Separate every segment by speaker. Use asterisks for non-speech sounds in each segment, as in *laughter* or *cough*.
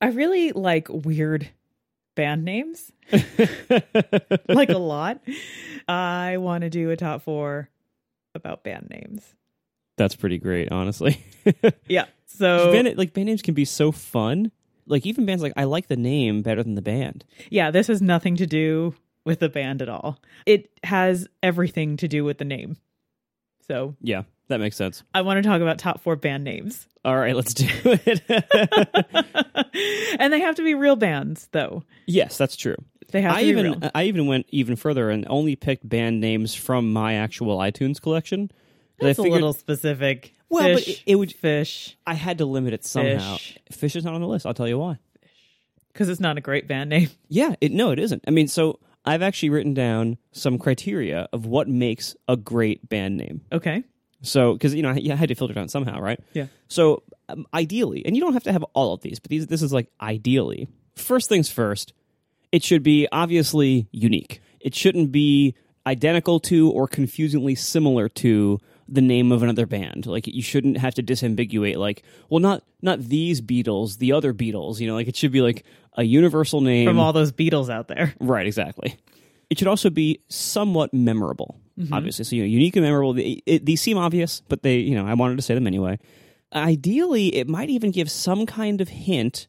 Speaker 1: I really like weird band names, like
Speaker 2: *laughs*
Speaker 1: a lot. I want to do a top four about band names.
Speaker 2: *laughs* That's pretty great, honestly. *laughs*
Speaker 1: Yeah. So,
Speaker 2: band, like band names can be so fun. Like even bands like I like the name better than the band.
Speaker 1: yeah, this has nothing to do with the band at all. It has everything to do with the name. So,
Speaker 2: Yeah, that makes sense.
Speaker 1: I want to talk about top four band names. *laughs*
Speaker 2: All right, let's do it. *laughs*
Speaker 1: and they have to be real bands, though.
Speaker 2: yes, that's true.
Speaker 1: They have to
Speaker 2: I
Speaker 1: be
Speaker 2: even uh,
Speaker 1: real.
Speaker 2: I even went even further and only picked band names from my actual iTunes collection. 'Cause I
Speaker 1: That's a
Speaker 2: figured
Speaker 1: little specific.
Speaker 2: Well, but
Speaker 1: fish,
Speaker 2: it- it would-
Speaker 1: fish
Speaker 2: I had to limit it somehow.
Speaker 1: Fish.
Speaker 2: Fish is not on the list. I'll tell you why.
Speaker 1: because it's not a great band name. *laughs*
Speaker 2: Yeah, it no, it isn't. I mean, so I've actually written down some criteria of what makes a great band name.
Speaker 1: Okay.
Speaker 2: So, because you know, I, I had to filter it down somehow, right?
Speaker 1: Yeah.
Speaker 2: So, um, ideally, and you don't have to have all of these, but these this is like ideally. First things first, it should be obviously unique. It shouldn't be identical to or confusingly similar to the name of another band. Like you shouldn't have to disambiguate like, well, not not these Beatles, the other Beatles, you know, like it should be like a universal name
Speaker 1: From all those Beatles out there.
Speaker 2: Right, exactly. Mm-hmm. It should also be somewhat memorable, obviously. So, you know, unique and memorable. They, it, these seem obvious, but they, you know, I wanted to say them anyway. Ideally, it might even give some kind of hint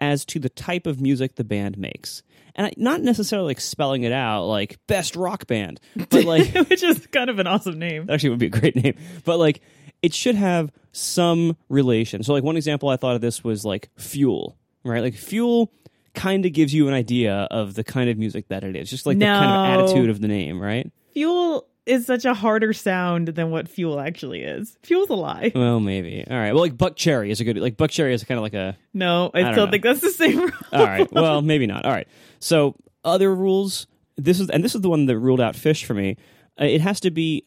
Speaker 2: as to the type of music the band makes. And I, not necessarily like spelling it out like best rock band, but *laughs* like
Speaker 1: *laughs* which is kind of an awesome name.
Speaker 2: that actually would be a great *laughs* name. But like, it should have some relation. So like one example I thought of this was like Fuel, right? Like Fuel kind of gives you an idea of the kind of music that it is, just like the kind
Speaker 1: No.
Speaker 2: of attitude of the name, right?
Speaker 1: Fuel is such a harder sound than what fuel actually is. Fuel's a
Speaker 2: *laughs*
Speaker 1: lie.
Speaker 2: Well, maybe. All right. Well, like Buck Cherry is a good like Buck Cherry is kind of like a.
Speaker 1: No, I,
Speaker 2: don't
Speaker 1: still
Speaker 2: know. Uh,
Speaker 1: think that's the same. *laughs*
Speaker 2: All right. Well, maybe not. All right. So other rules. This is and this is the one that ruled out fish for me. Uh, it has to be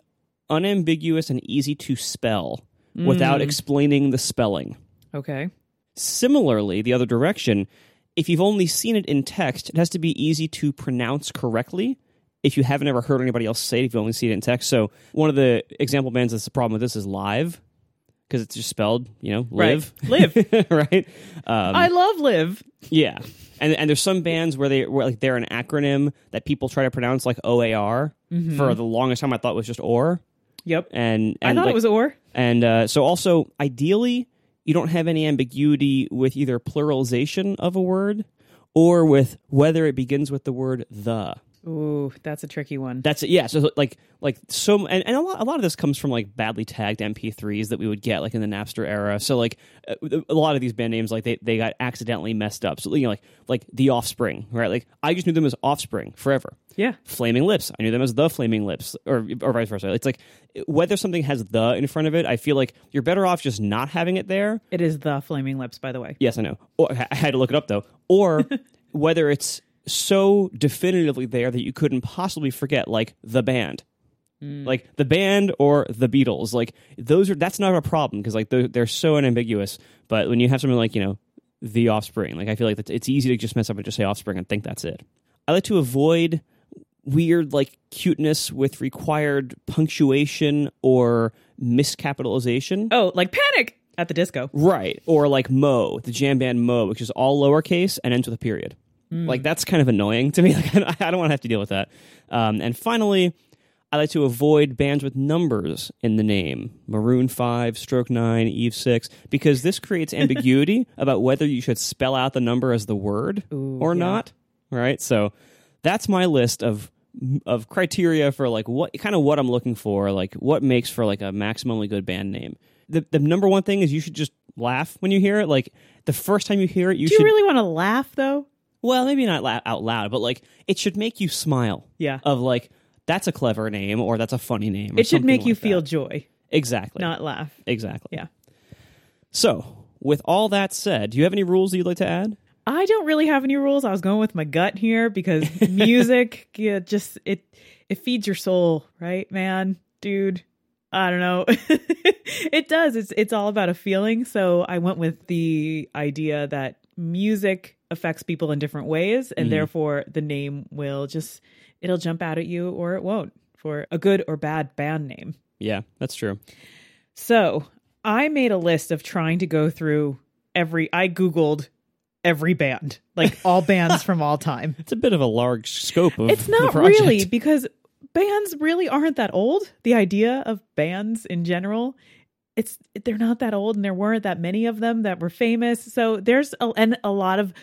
Speaker 2: unambiguous and easy to spell without explaining the spelling.
Speaker 1: okay.
Speaker 2: Similarly, the other direction, if you've only seen it in text, it has to be easy to pronounce correctly. If you haven't ever heard anybody else say it, if you only see it in text. So, one of the example bands that's the problem with this is live because it's just spelled, you know, live.
Speaker 1: *laughs* Live.
Speaker 2: right? *laughs* Um,
Speaker 1: I love live.
Speaker 2: yeah. And, and there's some bands where they where like they're an acronym that people try to pronounce like OAR
Speaker 1: Mm-hmm.
Speaker 2: for the longest time I thought it was just OR
Speaker 1: Yep.
Speaker 2: and,
Speaker 1: I
Speaker 2: and
Speaker 1: thought
Speaker 2: like-
Speaker 1: it was or.
Speaker 2: and uh, so, also, ideally, you don't have any ambiguity with either pluralization of a word or with whether it begins with the word the.
Speaker 1: Ooh, that's a tricky one.
Speaker 2: That's it. Yeah. So, like, like so, and, and a lot, a lot of this comes from like badly tagged MP3s that we would get like in the Napster era. So, like, uh, a lot of these band names, like they they got accidentally messed up. So, you know, like like the Offspring, right? Like, I just knew them as Offspring forever.
Speaker 1: yeah.
Speaker 2: Flaming Lips. I knew them as the Flaming Lips, or or vice versa. It's like whether something has the in front of it, I feel like you're better off just not having it there.
Speaker 1: It is the Flaming Lips, by the way.
Speaker 2: Yes, I know. Or, I had to look it up though. Or whether it's so definitively there that you couldn't possibly forget, like the band, like the band or the Beatles. Like those are that's not a problem because like they're, they're so unambiguous. But when you have something like you know the Offspring, like I feel like that's, it's easy to just mess up and just say Offspring and think that's it. I like to avoid weird like cuteness with required punctuation or miscapitalization.
Speaker 1: Oh, like Panic at the Disco.
Speaker 2: Right. Or like Mo, the jam band Mo, which is all lowercase and ends with a period. Like that's kind of annoying to me. *laughs* Like I don't want to have to deal with that. Um, and finally, I like to avoid bands with numbers in the name, Maroon Five, Stroke Nine, Eve Six, because this creates ambiguity about whether you should spell out the number as the word or not. Right. So that's my list of of criteria for like what kind of what I'm looking for, like what makes for like a maximally good band name. The the number one thing is you should just laugh when you hear it. Like the first time you hear it, you
Speaker 1: Do you
Speaker 2: should
Speaker 1: really want to laugh though?
Speaker 2: well, maybe not la- out loud, but like it should make you smile.
Speaker 1: Yeah.
Speaker 2: Of like that's a clever name or that's a funny name. or
Speaker 1: It should
Speaker 2: Uh, something
Speaker 1: make you
Speaker 2: like that.
Speaker 1: feel joy,
Speaker 2: exactly.
Speaker 1: not laugh.
Speaker 2: exactly.
Speaker 1: Yeah.
Speaker 2: So, with all that said, do you have any rules that you'd like to add?
Speaker 1: I don't really have any rules. I was going with my gut here because music yeah, just it it feeds your soul, right, man? Dude, I don't know. *laughs* it does. It's it's all about a feeling, so I went with the idea that music affects people in different ways and therefore the name will just it'll jump out at you or it won't for a good or bad band name.
Speaker 2: Yeah, that's true.
Speaker 1: So I made a list of trying to go through every. I Googled every band, like *laughs* all bands from all time.
Speaker 2: It's a bit of a large scope of
Speaker 1: It's
Speaker 2: the
Speaker 1: not
Speaker 2: project.
Speaker 1: really because bands really aren't that old. The idea of bands in general, it's they're not that old, and there weren't that many of them that were famous. So there's a, and a lot of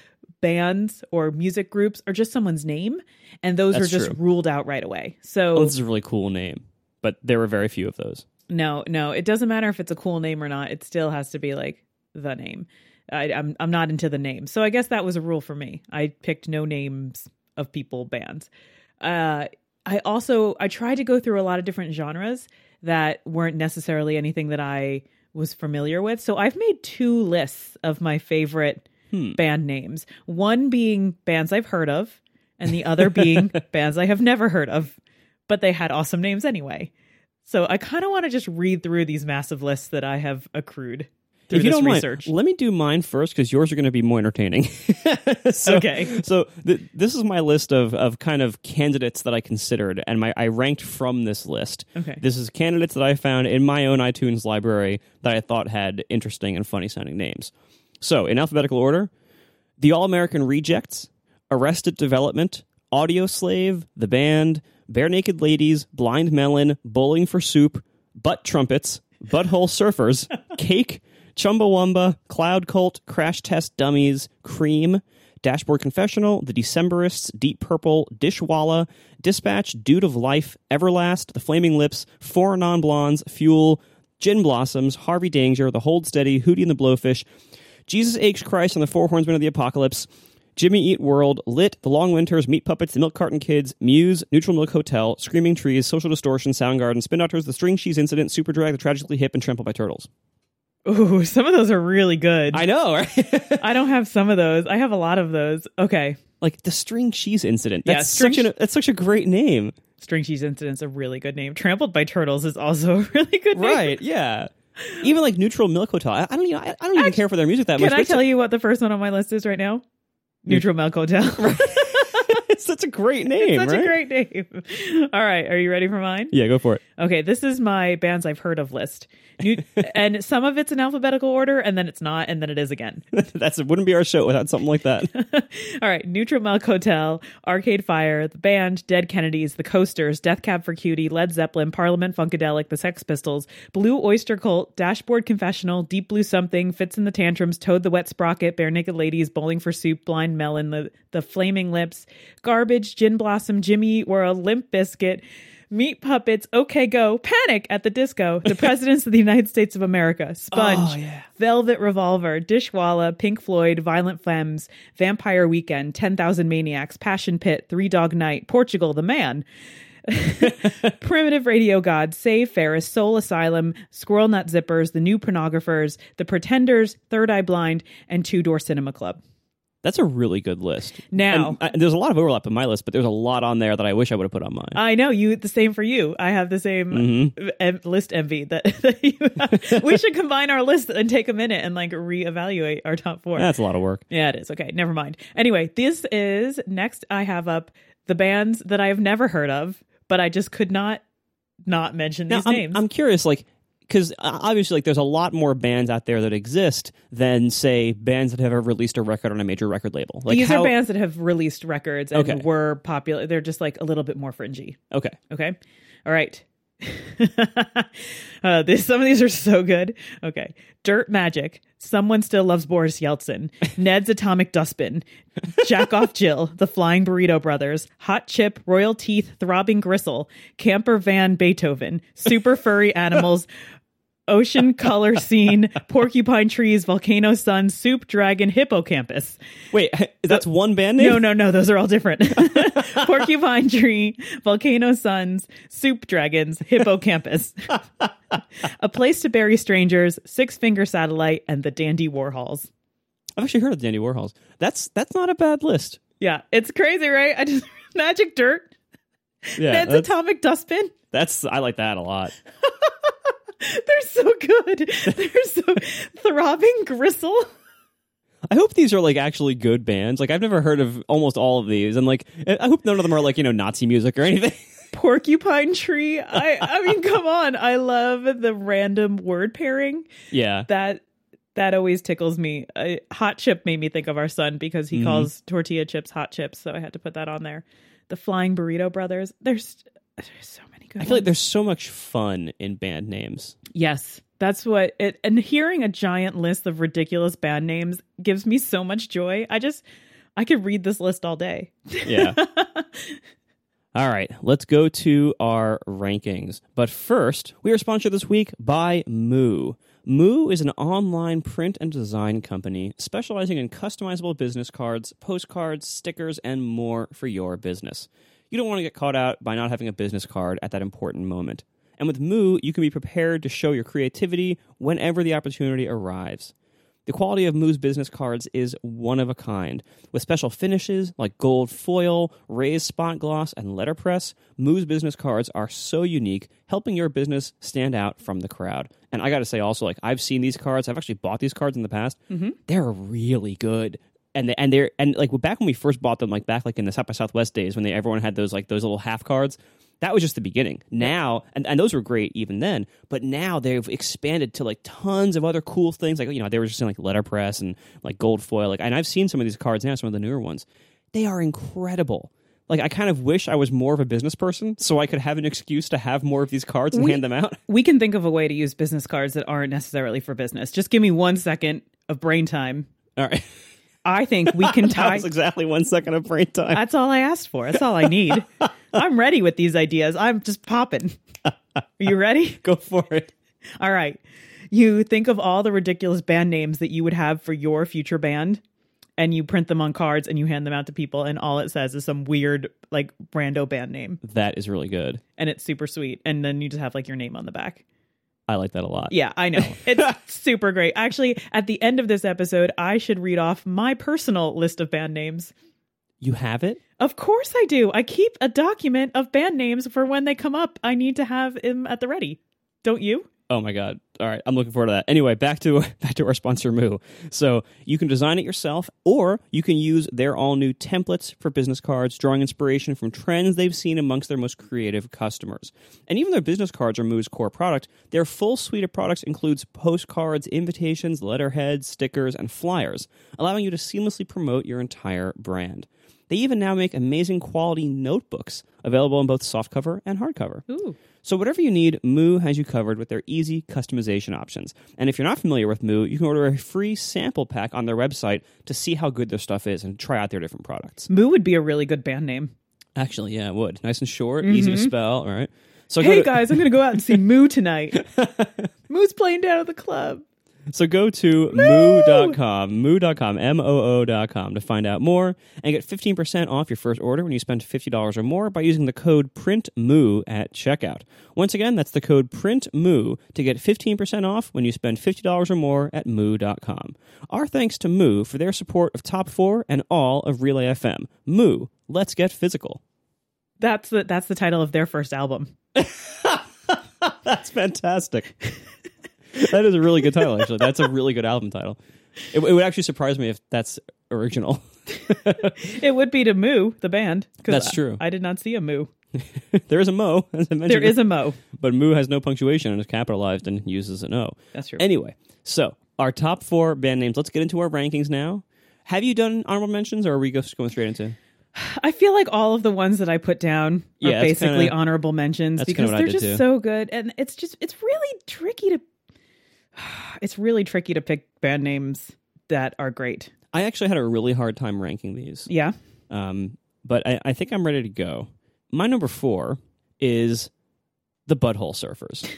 Speaker 1: bands or music groups are just someone's name, and those
Speaker 2: That's
Speaker 1: are just
Speaker 2: true.
Speaker 1: ruled out right away. So
Speaker 2: Oh, this is a really cool name, but there were very few of those.
Speaker 1: No, no, it doesn't matter if it's a cool name or not. It still has to be like the name. I, I'm I'm not into the name, so I guess that was a rule for me. I picked no names of people bands. Uh, I also I tried to go through a lot of different genres that weren't necessarily anything that I was familiar with. So I've made two lists of my favorite
Speaker 2: Hmm.
Speaker 1: band names. One being bands I've heard of, and the other
Speaker 2: *laughs*
Speaker 1: being bands I have never heard of, but they had awesome names anyway. So I kind of want to just read through these massive lists that I have accrued through
Speaker 2: if you
Speaker 1: this
Speaker 2: don't
Speaker 1: research.
Speaker 2: mind, let me do mine first because yours are going to be more entertaining. *laughs* so,
Speaker 1: Okay.
Speaker 2: So th- this is my list of of kind of candidates that I considered, and my I ranked from this list.
Speaker 1: Okay.
Speaker 2: This is candidates that I found in my own iTunes library that I thought had interesting and funny sounding names. So in alphabetical order, the All American Rejects, Arrested Development, Audio Slave, The Band, Bare Naked Ladies, Blind Melon, Bowling for Soup, Butt Trumpets, Butthole Surfers, Cake, Chumbawamba, Cloud Cult, Crash Test Dummies, Cream, Dashboard Confessional, The Decemberists, Deep Purple, Dishwalla, Dispatch, Dude of Life, Everlast, The Flaming Lips, Four Non Blondes, Fuel, Gin Blossoms, Harvey Danger, The Hold Steady, Hootie and the Blowfish, Jesus H. Christ and the Four Horsemen of the Apocalypse, Jimmy Eat World, Lit, The Long Winters, Meat Puppets, The Milk Carton Kids, Muse, Neutral Milk Hotel, Screaming Trees, Social Distortion, Soundgarden, Spin Doctors, The String Cheese Incident, Super Drag, The Tragically Hip, and Trampled by Turtles.
Speaker 1: Ooh, some of those are really good. I,
Speaker 2: I
Speaker 1: *laughs*
Speaker 2: know, right?
Speaker 1: don't have some of those. I have a lot of those. Okay.
Speaker 2: like the String Cheese Incident.
Speaker 1: Yeah,
Speaker 2: That's
Speaker 1: String
Speaker 2: such an, that's such a great name,
Speaker 1: String Cheese Incident's a really good name. Trampled by Turtles is also *laughs* a really good name.
Speaker 2: right? Yeah. Even like Neutral Milk Hotel. I, I don't, you know, I, I don't even care for their music that
Speaker 1: Can
Speaker 2: much. but
Speaker 1: I
Speaker 2: it's a-
Speaker 1: tell you what the first one on my list is right now? Neutral Milk Hotel. *laughs*
Speaker 2: it's such a *laughs* great name,
Speaker 1: Such
Speaker 2: right?
Speaker 1: a great name. All right. Are you ready for mine?
Speaker 2: yeah, go for it. *laughs*
Speaker 1: Okay, this is my bands I've heard of list. You, and some of it's in alphabetical order, and then it's not, and then it is again.
Speaker 2: That's it. Wouldn't be our show without something
Speaker 1: *laughs*
Speaker 2: like that.
Speaker 1: All right, Neutral Milk Hotel, Arcade Fire, The Band, Dead Kennedys, The Coasters, Death Cab for Cutie, Led Zeppelin, Parliament Funkadelic, The Sex Pistols, Blue Oyster Cult, Dashboard Confessional, Deep Blue Something, Fits in the Tantrums, Toad the Wet Sprocket, Bare Naked Ladies, Bowling for Soup, Blind Melon, The, the Flaming Lips, Garbage, Gin Blossom, Jimmy Eat World, Limp Biscuit, Meat Puppets, OK Go, Panic at the Disco, The Presidents of the United States of America, Sponge, Velvet Revolver, Dishwalla, Pink Floyd, Violent Femmes, Vampire Weekend, 10,000 Maniacs, Passion Pit, Three Dog Night, Portugal the Man, *laughs* Primitive Radio God, Save Ferris, Soul Asylum, Squirrel Nut Zippers, The New Pornographers, The Pretenders, Third Eye Blind, and Two Door Cinema Club.
Speaker 2: That's a really good list.
Speaker 1: Now-
Speaker 2: And, uh, there's a lot of overlap in my list, but there's a lot on there that I wish I would have put on mine.
Speaker 1: I know you. The same for you. I have the same *laughs* em- list envy that, *laughs* that you have. we should combine our list and take a minute and like reevaluate our top four.
Speaker 2: That's a lot of work.
Speaker 1: yeah, it is. Okay, never mind. Anyway, this is next. I have up the bands that I have never heard of, but I just could not not mention
Speaker 2: Now,
Speaker 1: these
Speaker 2: I'm,
Speaker 1: names.
Speaker 2: I'm curious, like, because obviously, like, there's a lot more bands out there that exist than say bands that have ever released a record on a major record label. Like,
Speaker 1: these
Speaker 2: how-
Speaker 1: are bands that have released records and
Speaker 2: Okay.
Speaker 1: were popular. They're just like a little bit more fringy.
Speaker 2: Okay,
Speaker 1: Okay. All right. *laughs* uh, this, some of these are so good. Okay. Dirt Magic. Someone Still Loves Boris Yeltsin. Ned's Atomic Dustbin. Jack Off Jill. The Flying Burrito Brothers. Hot Chip. Royal Teeth. Throbbing Gristle. Camper Van Beethoven. Super Furry Animals. Ocean Color Scene. Porcupine Trees. Volcano Sun. Soup Dragon. Hippocampus.
Speaker 2: wait, *laughs* that's one band name.
Speaker 1: Uh, No, no, no. Those are all different. *laughs* Porcupine tree, volcano suns, soup dragons, hippocampus. *laughs* a place to bury strangers, six finger satellite, and the dandy Warhols.
Speaker 2: I've actually heard of the Dandy Warhols. That's that's not a
Speaker 1: *laughs*
Speaker 2: bad list.
Speaker 1: Yeah, it's crazy, right? I just *laughs* magic dirt.
Speaker 2: Yeah,
Speaker 1: Ned's
Speaker 2: that's,
Speaker 1: atomic dustbin. *laughs*
Speaker 2: that's I like that a lot.
Speaker 1: They're so good. *laughs* They're so throbbing gristle.
Speaker 2: I hope these are like actually good bands. Like, I've never heard of almost all of these, and like, I hope none of them are like you know Nazi music or anything. *laughs*
Speaker 1: Porcupine tree. I I mean, come on. I love the random word pairing.
Speaker 2: yeah,
Speaker 1: That That always tickles me. Uh, hot chip made me think of our son because
Speaker 2: Mm-hmm.
Speaker 1: he calls tortilla chips hot chips, so I had to put that on there. The Flying Burrito Brothers. There's there's so many good.
Speaker 2: I feel like
Speaker 1: ones.
Speaker 2: there's so much fun in band names.
Speaker 1: yes, that's what it. And hearing a giant list of ridiculous band names gives me so much joy. I just I could read this list all day. *laughs*
Speaker 2: Yeah. All right, let's go to our rankings. But first, we are sponsored this week by Moo. Moo is an online print and design company specializing in customizable business cards, postcards, stickers, and more for your business. You don't want to get caught out by not having a business card at that important moment. And with Moo, you can be prepared to show your creativity whenever the opportunity arrives. The quality of Moo's business cards is one of a kind. With special finishes like gold foil, raised spot gloss, and letterpress, Moo's business cards are so unique, helping your business stand out from the crowd. And I got to say also like I've seen these cards, I've actually bought these cards in the past. They're really good. And they, and they're and like back when we first bought them like back like in the South by Southwest days when they everyone had those like those little half cards, that was just the beginning. Now, and, and those were great even then, but now they've expanded to like tons of other cool things. Like, you know, they were just in like letterpress and like gold foil. Like, and I've seen some of these cards now, some of the newer ones. They are incredible. Like, I kind of wish I was more of a business person so I could have an excuse to have more of these cards and hand them out. *laughs*
Speaker 1: we can think of a way to use business cards that aren't necessarily for business. Just give me one second of brain time.
Speaker 2: All right.
Speaker 1: I think we
Speaker 2: *laughs*
Speaker 1: can
Speaker 2: That
Speaker 1: tie.
Speaker 2: was exactly one second of brain time.
Speaker 1: That's all I asked for. That's all I need. I'm ready with these ideas. I'm just popping. Are you ready? *laughs*
Speaker 2: Go for it.
Speaker 1: All right. You think of all the ridiculous band names that you would have for your future band, and you print them on cards and you hand them out to people, and all it says is some weird, like, rando band name,
Speaker 2: That is really good.
Speaker 1: and it's super sweet. And then you just have, like, your name on the back.
Speaker 2: I like that a lot.
Speaker 1: Yeah, I know. It's super great. Actually, at the end of this episode, I should read off my personal list of band names.
Speaker 2: You have it?
Speaker 1: Of course I do. I keep a document of band names for when they come up. I need to have them at the ready. Don't you?
Speaker 2: Oh my god! All right, I'm looking forward to that. Anyway, back to *laughs* back to our sponsor Moo. So you can design it yourself, or you can use their all new templates for business cards, drawing inspiration from trends they've seen amongst their most creative customers. And even their business cards are Moo's core product. Their full suite of products includes postcards, invitations, letterheads, stickers, and flyers, allowing you to seamlessly promote your entire brand. They even now make amazing quality notebooks available in both softcover and hardcover.
Speaker 1: Ooh.
Speaker 2: So whatever you need, Moo has you covered with their easy customization options. And if you're not familiar with Moo, you can order a free sample pack on their website to see how good their stuff is and try out their different products.
Speaker 1: Moo would be a really good band name.
Speaker 2: Actually, yeah, it would. Nice and short, easy to spell, all right? So go
Speaker 1: Hey
Speaker 2: to,
Speaker 1: guys, I'm going to go out and see Moo *laughs* tonight. Moo's playing down at the club.
Speaker 2: So go to moo.com, moo.com, M O O.com to find out more and get 15% off your first order when you spend $50 or more by using the code PRINTMOO at checkout. Once again, that's the code PRINTMOO to get 15% off when you spend $50 or more at moo.com. Our thanks to Moo for their support of Top 4 and all of Relay FM. Moo, let's get physical. *laughs*
Speaker 1: That's the that's the title of their first album.
Speaker 2: That's fantastic. that is a really good title, actually. That's a really good album title. It, it would actually surprise me if that's original.
Speaker 1: It would be to Moo, the band. 'cause
Speaker 2: That's
Speaker 1: I-
Speaker 2: true.
Speaker 1: I, did not see a Moo.
Speaker 2: there is a mo, *laughs* as I
Speaker 1: There
Speaker 2: mentioned,
Speaker 1: is a Mo.
Speaker 2: but moo has no punctuation and is capitalized and uses an o.
Speaker 1: That's true.
Speaker 2: Anyway, so our top four band names. Let's get into our rankings now. Have you done honorable mentions, or are we just going straight into?
Speaker 1: I feel like all of the ones that I put down are
Speaker 2: Yeah, that's
Speaker 1: basically
Speaker 2: kinda-
Speaker 1: honorable mentions
Speaker 2: that's
Speaker 1: because
Speaker 2: kinda what I
Speaker 1: they're
Speaker 2: did
Speaker 1: just
Speaker 2: too.
Speaker 1: so good, and it's just it's really tricky to *sighs* it's really tricky to pick band names that are great.
Speaker 2: I actually had a really hard time ranking these,
Speaker 1: Yeah, *laughs*
Speaker 2: um, but I, I think I'm ready to go. My number four is the Butthole Surfers.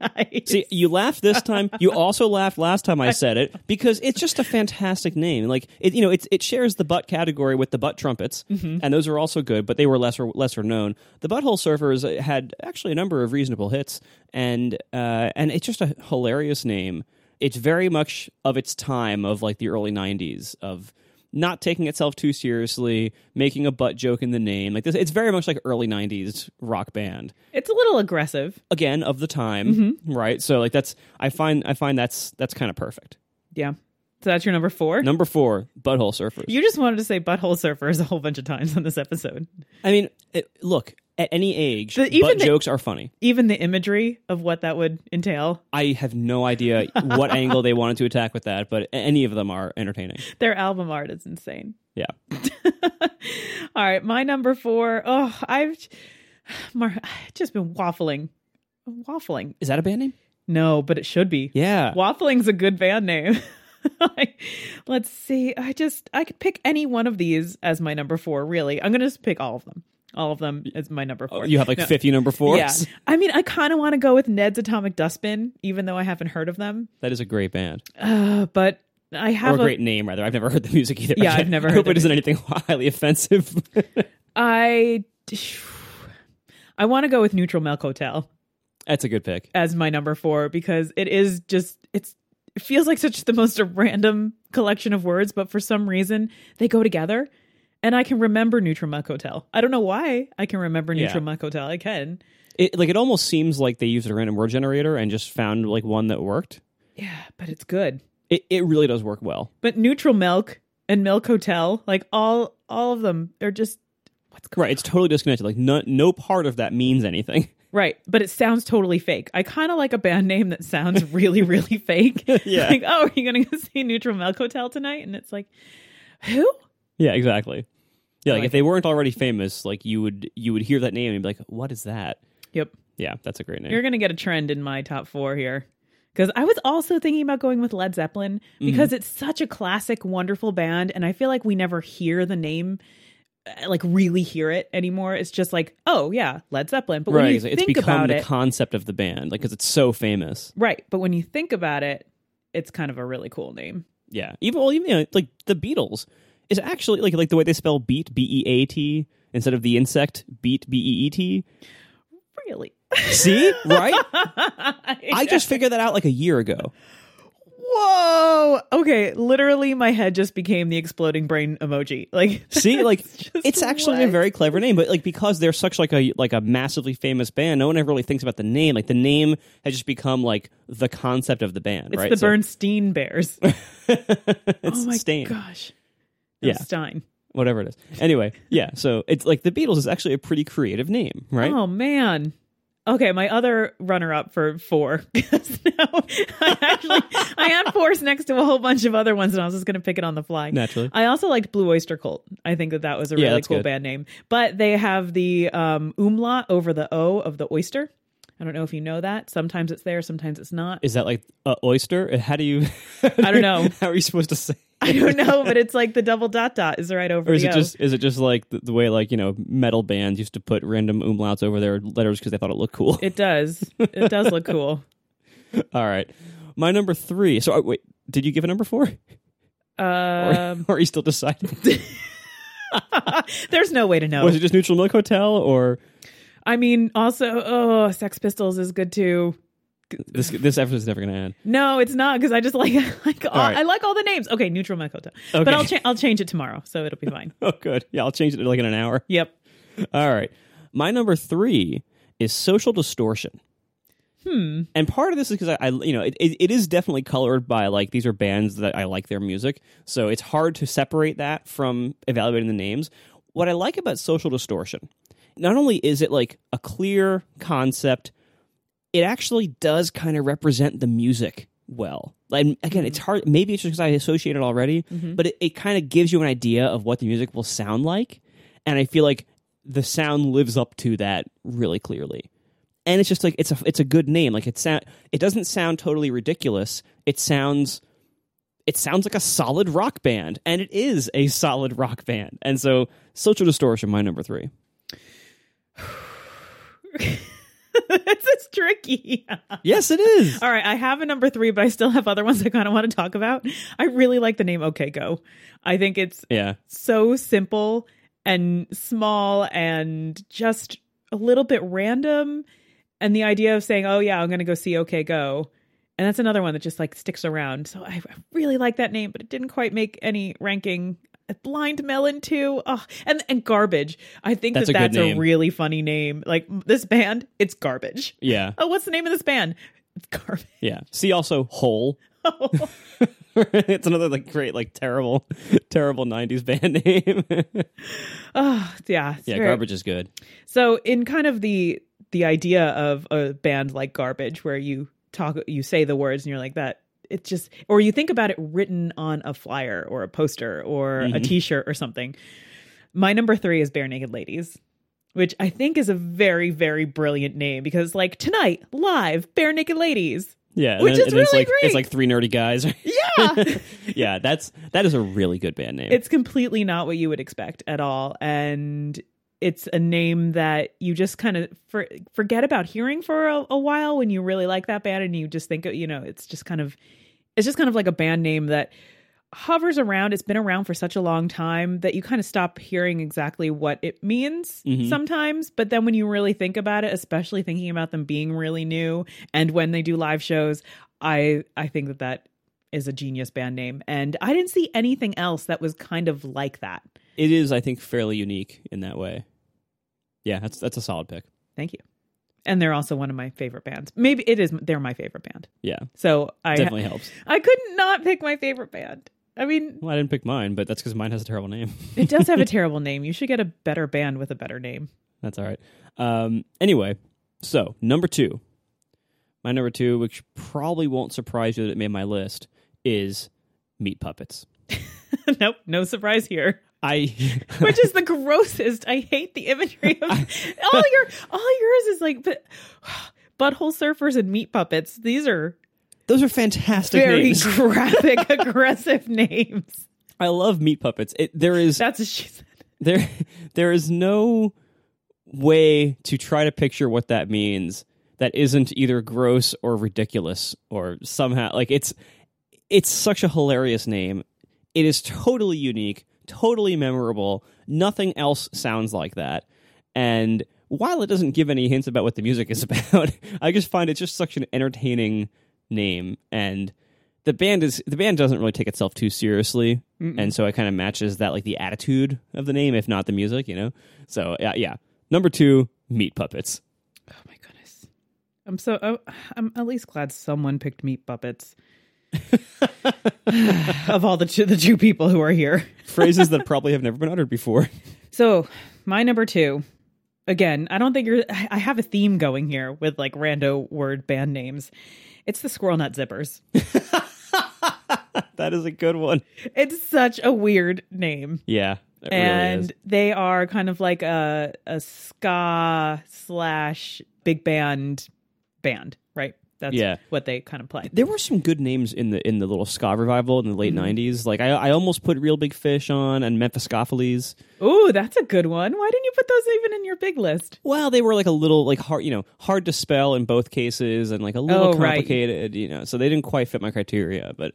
Speaker 1: nice.
Speaker 2: See, you laughed this time. You also laughed last time I said it because it's just a fantastic name. Like it, you know, it's it shares the butt category with the butt trumpets, and those are also good, but they were lesser lesser known. The Butthole Surfers uh, had actually a number of reasonable hits, and uh, and it's just a hilarious name. It's very much of its time of like the early '90s of not taking itself too seriously, making a butt joke in the name. Like this, it's very much like early '90s rock band
Speaker 1: it's a little aggressive.
Speaker 2: again of the time,
Speaker 1: Mm-hmm.
Speaker 2: right? So like that's I find I find that's that's kind of perfect.
Speaker 1: Yeah, so that's your number four.
Speaker 2: Number four, butthole surfers.
Speaker 1: You just wanted to say butthole surfers a whole bunch of times on this episode.
Speaker 2: I mean, it, look, at any age,
Speaker 1: The- even
Speaker 2: butt
Speaker 1: the-
Speaker 2: jokes are funny.
Speaker 1: Even the imagery of what that would entail.
Speaker 2: I have no idea
Speaker 1: *laughs*
Speaker 2: what angle they wanted to attack with that, but a- any of them are entertaining.
Speaker 1: Their album art is insane.
Speaker 2: Yeah.
Speaker 1: All right, my number four. Oh, I've *sighs* Mar- *sighs* I've just been waffling. Waffling.
Speaker 2: Is that a band name?
Speaker 1: No, but it should be.
Speaker 2: Yeah.
Speaker 1: Waffling's a good band name. *laughs* Like, Let's see. I just I could pick any one of these as my number four. Really, I'm gonna just pick all of them. All of them as my number
Speaker 2: Oh,
Speaker 1: four.
Speaker 2: you have like
Speaker 1: No.
Speaker 2: 50 number fours?
Speaker 1: Yeah, I mean, I kind of want to go with Ned's Atomic Dustbin, even though I haven't heard of them.
Speaker 2: That is a great band.
Speaker 1: Uh, but I have
Speaker 2: Or a
Speaker 1: a-
Speaker 2: great name, rather. I've never heard the music either.
Speaker 1: Yeah,
Speaker 2: I
Speaker 1: I've never
Speaker 2: I
Speaker 1: heard
Speaker 2: hope
Speaker 1: the
Speaker 2: it isn't anything *laughs* highly offensive.
Speaker 1: I I want to go with Neutral Milk Hotel
Speaker 2: That's a good pick.
Speaker 1: as my number four because it is just it's it feels like such the most random collection of words, but for some reason they go together. And I can remember Neutral Milk Hotel. I don't know why I can remember
Speaker 2: Yeah.
Speaker 1: Neutral Milk Hotel. I can.
Speaker 2: It, like it almost seems like they used a random word generator and just found like one that worked.
Speaker 1: Yeah, but it's good.
Speaker 2: It it really does work well.
Speaker 1: But Neutral Milk and Milk Hotel, like all all of them are just what's going
Speaker 2: Right, it's totally disconnected. Like no no part of that means anything. *laughs*
Speaker 1: Right, but it sounds totally fake. I kind of like a band name that sounds
Speaker 2: *laughs*
Speaker 1: really, really fake. *laughs*
Speaker 2: Yeah.
Speaker 1: Like, oh, are you going to go see Neutral Milk Hotel tonight? And it's like, who?
Speaker 2: Yeah, exactly. Yeah, like
Speaker 1: like
Speaker 2: if they weren't already famous, like you would you would hear that name and be like, "What is that?"
Speaker 1: Yep.
Speaker 2: Yeah, that's a great name.
Speaker 1: You're going to get a trend in my top four here. Because I was also thinking about going with Led Zeppelin
Speaker 2: Mm-hmm.
Speaker 1: because it's such a classic, wonderful band. And I feel like we never hear the name, uh, like really hear it anymore. It's just like, oh, yeah, Led Zeppelin. But when
Speaker 2: right,
Speaker 1: you
Speaker 2: it's it's
Speaker 1: think
Speaker 2: become
Speaker 1: about
Speaker 2: the
Speaker 1: it,
Speaker 2: concept of the band, like because it's so famous.
Speaker 1: right. But when you think about it, it's kind of a really cool name.
Speaker 2: Yeah, even well, even you know, like the Beatles is actually like like the way they spell beat b e a t instead of the insect beat b e e t.
Speaker 1: Really? *laughs*
Speaker 2: See, right? I just figured that out like a year ago.
Speaker 1: Whoa! Okay, literally, my head just became the exploding brain emoji. Like, *laughs*
Speaker 2: See, like
Speaker 1: just
Speaker 2: it's actually a
Speaker 1: what?
Speaker 2: very clever name, but like because they're such like a like a massively famous band, no one ever really thinks about the name. Like the name has just become like the concept of the band,
Speaker 1: it's
Speaker 2: right?
Speaker 1: the
Speaker 2: So-
Speaker 1: Bernstein Bears.
Speaker 2: *laughs* it's
Speaker 1: oh my
Speaker 2: Stain,
Speaker 1: gosh!
Speaker 2: Yeah.
Speaker 1: Yeah, Stein.
Speaker 2: whatever it is. Anyway, yeah. So it's like the Beatles is actually a pretty creative name, right?
Speaker 1: Oh man. Okay, my other runner-up for four *laughs* because now I actually I had fours next to a whole bunch of other ones, and I was just going to pick it on the fly.
Speaker 2: Naturally,
Speaker 1: I also liked Blue Oyster Cult. I think that that was a
Speaker 2: Yeah,
Speaker 1: really
Speaker 2: that's
Speaker 1: cool
Speaker 2: good.
Speaker 1: band name. But they have the um, umlaut over the O of the oyster. I don't know if you know that. Sometimes it's there, sometimes it's not.
Speaker 2: is that like a oyster? How do you? *laughs*
Speaker 1: I don't know.
Speaker 2: How are you supposed to say?
Speaker 1: I
Speaker 2: *laughs*
Speaker 1: don't know, but it's like the double dot dot is right over
Speaker 2: Or is
Speaker 1: the
Speaker 2: it
Speaker 1: O.
Speaker 2: just is it just like the, the way like you know metal bands used to put random umlauts over their letters because they thought it looked cool?
Speaker 1: It does. It does look cool.
Speaker 2: *laughs* All right, my number three. So uh, wait, did you give a number four? Or,
Speaker 1: Um,
Speaker 2: *laughs* or are you still deciding?
Speaker 1: *laughs* there's no way to know.
Speaker 2: Was it just Neutral Milk Hotel or
Speaker 1: I mean, also, oh, Sex Pistols is good too.
Speaker 2: this? This episode's never going to end. *laughs*
Speaker 1: No, it's not because I just *laughs* like I like all,
Speaker 2: right.
Speaker 1: I like all the names. Okay, Neutral Milk Hotel,
Speaker 2: Okay.
Speaker 1: but I'll cha- I'll change it tomorrow, so it'll be
Speaker 2: *laughs*
Speaker 1: fine.
Speaker 2: Oh, good. Yeah, I'll change it like in an hour. *laughs*
Speaker 1: yep.
Speaker 2: All right. My number three is social distortion. Hmm. And part of this is because I, I, you know, it, it, it is definitely colored by like these are bands that I like their music, so it's hard to separate that from evaluating the names. What I like about social distortion, not only is it like a clear concept, it actually does kind of represent the music well. And again, it's hard. Maybe it's just because I associate it already, but it, it kind of gives you an idea of what the music will sound like. And I feel like the sound lives up to that really clearly. And it's just like it's a it's a good name. Like it sound it doesn't sound totally ridiculous. It sounds it sounds like a solid rock band, and it is a solid rock band. And so, Social Distortion, my number three.
Speaker 1: *laughs* this is tricky.
Speaker 2: Yes, it is.
Speaker 1: All right, I have a number three, but I still have other ones I kind of want to talk about. I really like the name OK Go. I think it's
Speaker 2: *laughs* Yeah.
Speaker 1: so simple and small and just a little bit random. And the idea of saying, oh, yeah, I'm going to go see OK Go. And that's another one that just like sticks around. So I I really like that name, but it didn't quite make any ranking. Blind Melon too, oh, and and garbage. I think
Speaker 2: That's
Speaker 1: that
Speaker 2: a good
Speaker 1: that's a
Speaker 2: name.
Speaker 1: really funny name. Like this band, it's garbage.
Speaker 2: Yeah.
Speaker 1: *laughs* Oh, what's the name of this band? It's garbage. *laughs*
Speaker 2: Yeah. See also whole. it's another like great, like terrible, *laughs* terrible '90s band name. *laughs*
Speaker 1: Oh, yeah. it's
Speaker 2: yeah,
Speaker 1: very-
Speaker 2: garbage is good.
Speaker 1: So in kind of the the idea of a band like garbage where you talk you say the words and you're like that it's just or you think about it written on a flyer or a poster or a
Speaker 2: Mhm.
Speaker 1: t-shirt or something. My number 3 is Bare Naked Ladies, which I think is a very very brilliant name because like tonight live Bare Naked Ladies.
Speaker 2: Yeah, and
Speaker 1: Which
Speaker 2: then-
Speaker 1: is
Speaker 2: and it's
Speaker 1: really
Speaker 2: like it's
Speaker 1: great.
Speaker 2: like three nerdy guys. *laughs*
Speaker 1: Yeah.
Speaker 2: yeah, that's that is a really good band name.
Speaker 1: it's completely not what you would expect at all and it's a name that you just kind of for, forget about hearing for a, a while when you really like that band and you just think you know it's just kind of it's just kind of like a band name that hovers around it's been around for such a long time that you kind of stop hearing exactly what it means
Speaker 2: Mhm.
Speaker 1: sometimes but then when you really think about it especially thinking about them being really new and when they do live shows i i think that that is a genius band name and i didn't see anything else that was kind of like that
Speaker 2: it is, I think, fairly unique in that way. Yeah, that's that's a solid pick.
Speaker 1: thank you and they're also one of my favorite bands maybe it is they're my favorite band
Speaker 2: Yeah,
Speaker 1: so i
Speaker 2: definitely helps.
Speaker 1: i couldn't not pick my favorite band i mean
Speaker 2: Well, I didn't pick mine, but that's because mine has a terrible name. *laughs*
Speaker 1: it does have a *laughs* terrible name you should get a better band with a better name
Speaker 2: That's all right. Um, anyway, so number two, my number two, which probably won't surprise you that it made my list, is Meat Puppets.
Speaker 1: *laughs* nope no surprise here
Speaker 2: I *laughs*
Speaker 1: which is *laughs* the grossest i hate the imagery of *laughs* all your all yours is like but *sighs* butthole surfers and meat puppets these are
Speaker 2: those are fantastic
Speaker 1: very
Speaker 2: names.
Speaker 1: *laughs* graphic aggressive names
Speaker 2: I love Meat Puppets. It, there is
Speaker 1: that's what she said
Speaker 2: there *laughs* there is no way to try to picture what that means that isn't either gross or ridiculous or somehow like it's it's such a hilarious name it is totally unique totally memorable nothing else sounds like that and while it doesn't give any hints about what the music is *laughs* about i just find it just such an entertaining name and the band is the band doesn't really take itself too seriously and so it kind of matches that like the attitude of the name if not the music you know so yeah yeah number two meat puppets
Speaker 1: Oh my goodness. I'm so oh, I'm at least glad someone picked meat *laughs* puppets. *sighs* of all the two, the two people who are here.
Speaker 2: phrases that probably have never been uttered before *laughs*
Speaker 1: So, my number 2. Again, I don't think you're I I have a theme going here with like rando word band names. It's the squirrel nut zippers. *laughs*
Speaker 2: that is a good one
Speaker 1: It's such a weird name.
Speaker 2: yeah it really
Speaker 1: and
Speaker 2: is.
Speaker 1: they are kind of like a a ska slash big band band, right? That's
Speaker 2: Yeah.
Speaker 1: what they kind of play.
Speaker 2: there were some good names in the in the little ska revival in the late
Speaker 1: Mm-hmm.
Speaker 2: 90s like I, I almost put real big fish on and memphis
Speaker 1: Ooh, that's a good one. Why didn't you put those even in your big list?
Speaker 2: well they were like a little like hard you know hard to spell in both cases and like a little
Speaker 1: Oh, right.
Speaker 2: complicated you know so they didn't quite fit my criteria but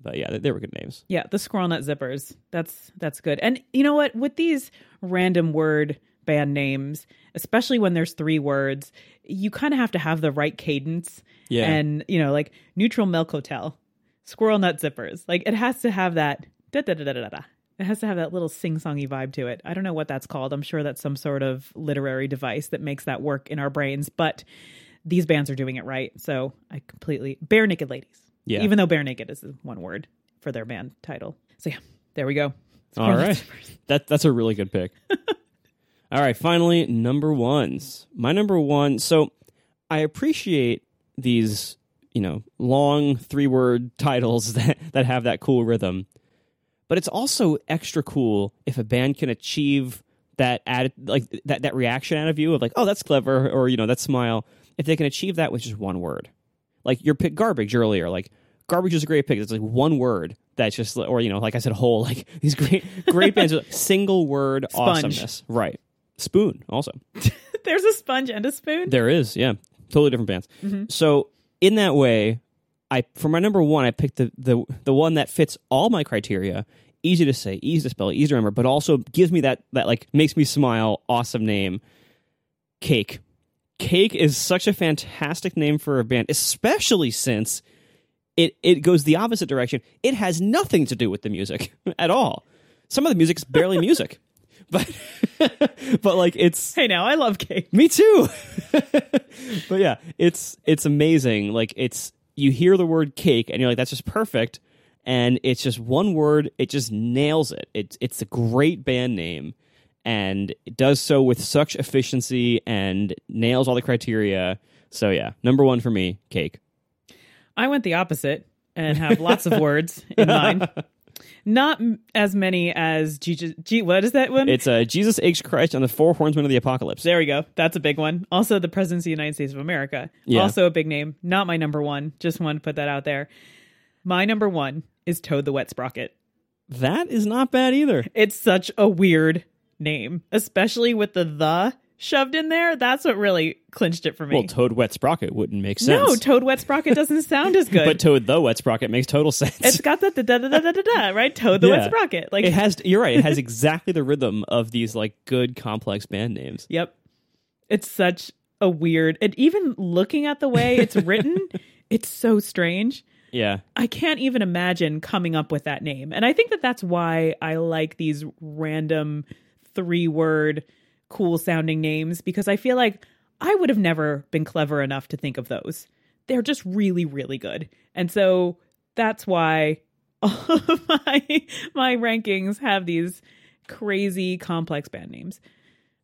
Speaker 2: but yeah they, they were good names
Speaker 1: Yeah, the squirrel nut zippers. That's that's good. And you know what? With these random word band names, especially when there's three words, you kind of have to have the right cadence.
Speaker 2: Yeah.
Speaker 1: And you know, like neutral milk hotel, squirrel nut zippers. Like it has to have that da da da da da da. It has to have that little sing-songy vibe to it. I don't know what that's called. I'm sure that's some sort of literary device that makes that work in our brains. But these bands are doing it right. So I completely bare naked ladies.
Speaker 2: Yeah.
Speaker 1: Even though bare naked is the one word for their band title. So yeah, there we go.
Speaker 2: All right. That that's a really good pick. *laughs* All right, finally number ones. My number one. So I appreciate these, you know, long three word titles *laughs* that that have that cool rhythm. But it's also extra cool if a band can achieve that added, like that that reaction out of you of like, oh, that's clever, or you know, that smile. If they can achieve that with just one word, like your pick garbage earlier, like garbage is a great pick. It's like one word that's just, or you know, like I said, whole *laughs* like these great great bands, are like single word
Speaker 1: Sponge.
Speaker 2: awesomeness, right? Spoon also.
Speaker 1: *laughs* There's a sponge and a spoon.
Speaker 2: There is, yeah, totally different bands. So in that way, I for my number one, I picked the the the one that fits all my criteria. Easy to say, easy to spell, easy to remember, but also gives me that that like makes me smile. Awesome name, Cake. Cake is such a fantastic name for a band, especially since it it goes the opposite direction. It has nothing to do with the music *laughs* at all. Some of the music is barely music, but *laughs* but like it's
Speaker 1: Hey now, I love cake.
Speaker 2: me too. *laughs* but yeah, it's it's amazing. Like it's you hear the word cake and you're like, that's just perfect. and it's just one word. It just nails it. It's it's a great band name, and it does so with such efficiency and nails all the criteria. So yeah, number one for me, cake.
Speaker 1: I went the opposite and
Speaker 2: *laughs*
Speaker 1: have lots of words in mind. Not m- as many as Jesus. G- what is that one?
Speaker 2: It's uh, Jesus H Christ on the four horsemen of the apocalypse.
Speaker 1: there we go. That's a big one. Also, the President of the United States of America.
Speaker 2: Yeah.
Speaker 1: Also a big name. Not my number one. Just wanted to put that out there. My number one is Toad the Wet Sprocket.
Speaker 2: That is not bad either.
Speaker 1: It's such a weird name, especially with the the shoved in there. That's what really clinched it for me.
Speaker 2: Well, Toad Wet Sprocket wouldn't make sense.
Speaker 1: no, Toad Wet Sprocket doesn't sound
Speaker 2: *laughs*
Speaker 1: as good.
Speaker 2: but Toad the Wet Sprocket makes total *laughs* sense.
Speaker 1: it's got that da da da da da da, da right? Toad the
Speaker 2: Yeah.
Speaker 1: Wet Sprocket. Like,
Speaker 2: it has. You're right.
Speaker 1: *laughs*
Speaker 2: It has exactly the rhythm of these like good complex band names.
Speaker 1: yep. It's such a weird. And even looking at the way it's written, it's so strange.
Speaker 2: Yeah.
Speaker 1: I can't even imagine coming up with that name. And I think that that's why I like these random three word cool sounding names because I feel like I would have never been clever enough to think of those. They're just really really good. And so that's why *laughs* all of my my rankings have these crazy complex band names.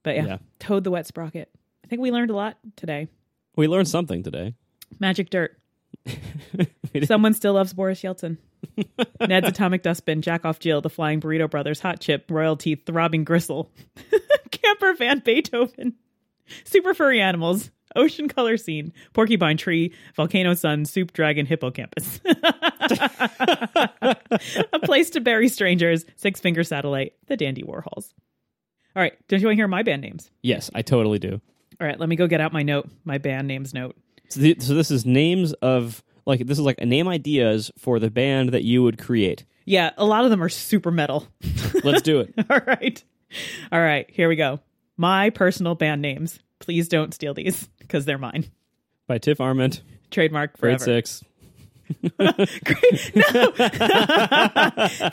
Speaker 1: But yeah,
Speaker 2: Yeah.
Speaker 1: Toad the Wet Sprocket. I think we learned a lot today.
Speaker 2: We learned something today.
Speaker 1: Magic Dirt.
Speaker 2: We did.
Speaker 1: Someone still loves Boris Yeltsin. Ned's Atomic Dustbin, Jack Off Jill, The Flying Burrito Brothers, Hot Chip, Royalty, Throbbing Gristle, *laughs* Camper Van Beethoven, Super Furry Animals, Ocean Color Scene, Porcupine Tree, Volcano Sun, Soup Dragon, Hippocampus. *laughs* A Place to Bury Strangers, Six Finger Satellite, The Dandy Warhols. All right, don't you want to hear my band names?
Speaker 2: yes, I totally do.
Speaker 1: All right, let me go get out my note, my band names note.
Speaker 2: So, the, so this is names of like this is like name ideas for the band that you would create.
Speaker 1: Yeah, a lot of them are super metal.
Speaker 2: Let's do it.
Speaker 1: *laughs* All right. All right. Here we go. My personal band names. Please don't steal these because they're mine.
Speaker 2: By Tiff Arment,
Speaker 1: Trademark
Speaker 2: grade
Speaker 1: forever.
Speaker 2: six.
Speaker 1: Great. No.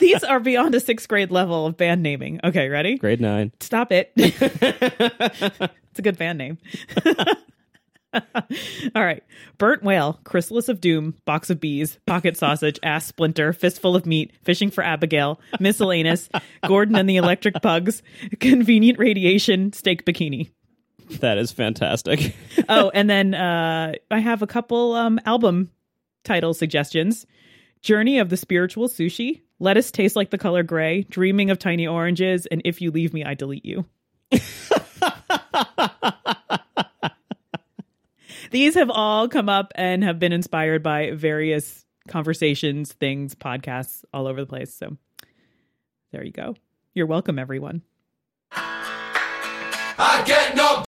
Speaker 1: *laughs* these are beyond a sixth grade level of band naming. Okay. Ready?
Speaker 2: Grade nine.
Speaker 1: Stop it. it's a good band name. *laughs* All right. Burnt whale, chrysalis of doom, box of bees, pocket sausage, ass splinter, fistful of meat, fishing for Abigail, miscellaneous, Gordon and the electric pugs, convenient radiation, steak bikini.
Speaker 2: That is fantastic.
Speaker 1: oh, and then uh, I have a couple um, album title suggestions Journey of the Spiritual Sushi, Lettuce Taste Like the Color Gray, Dreaming of Tiny Oranges, and If You Leave Me, I Delete You. *laughs* These have all come up and have been inspired by various conversations, things, podcasts all over the place. So there you go. You're welcome, everyone.
Speaker 3: I get no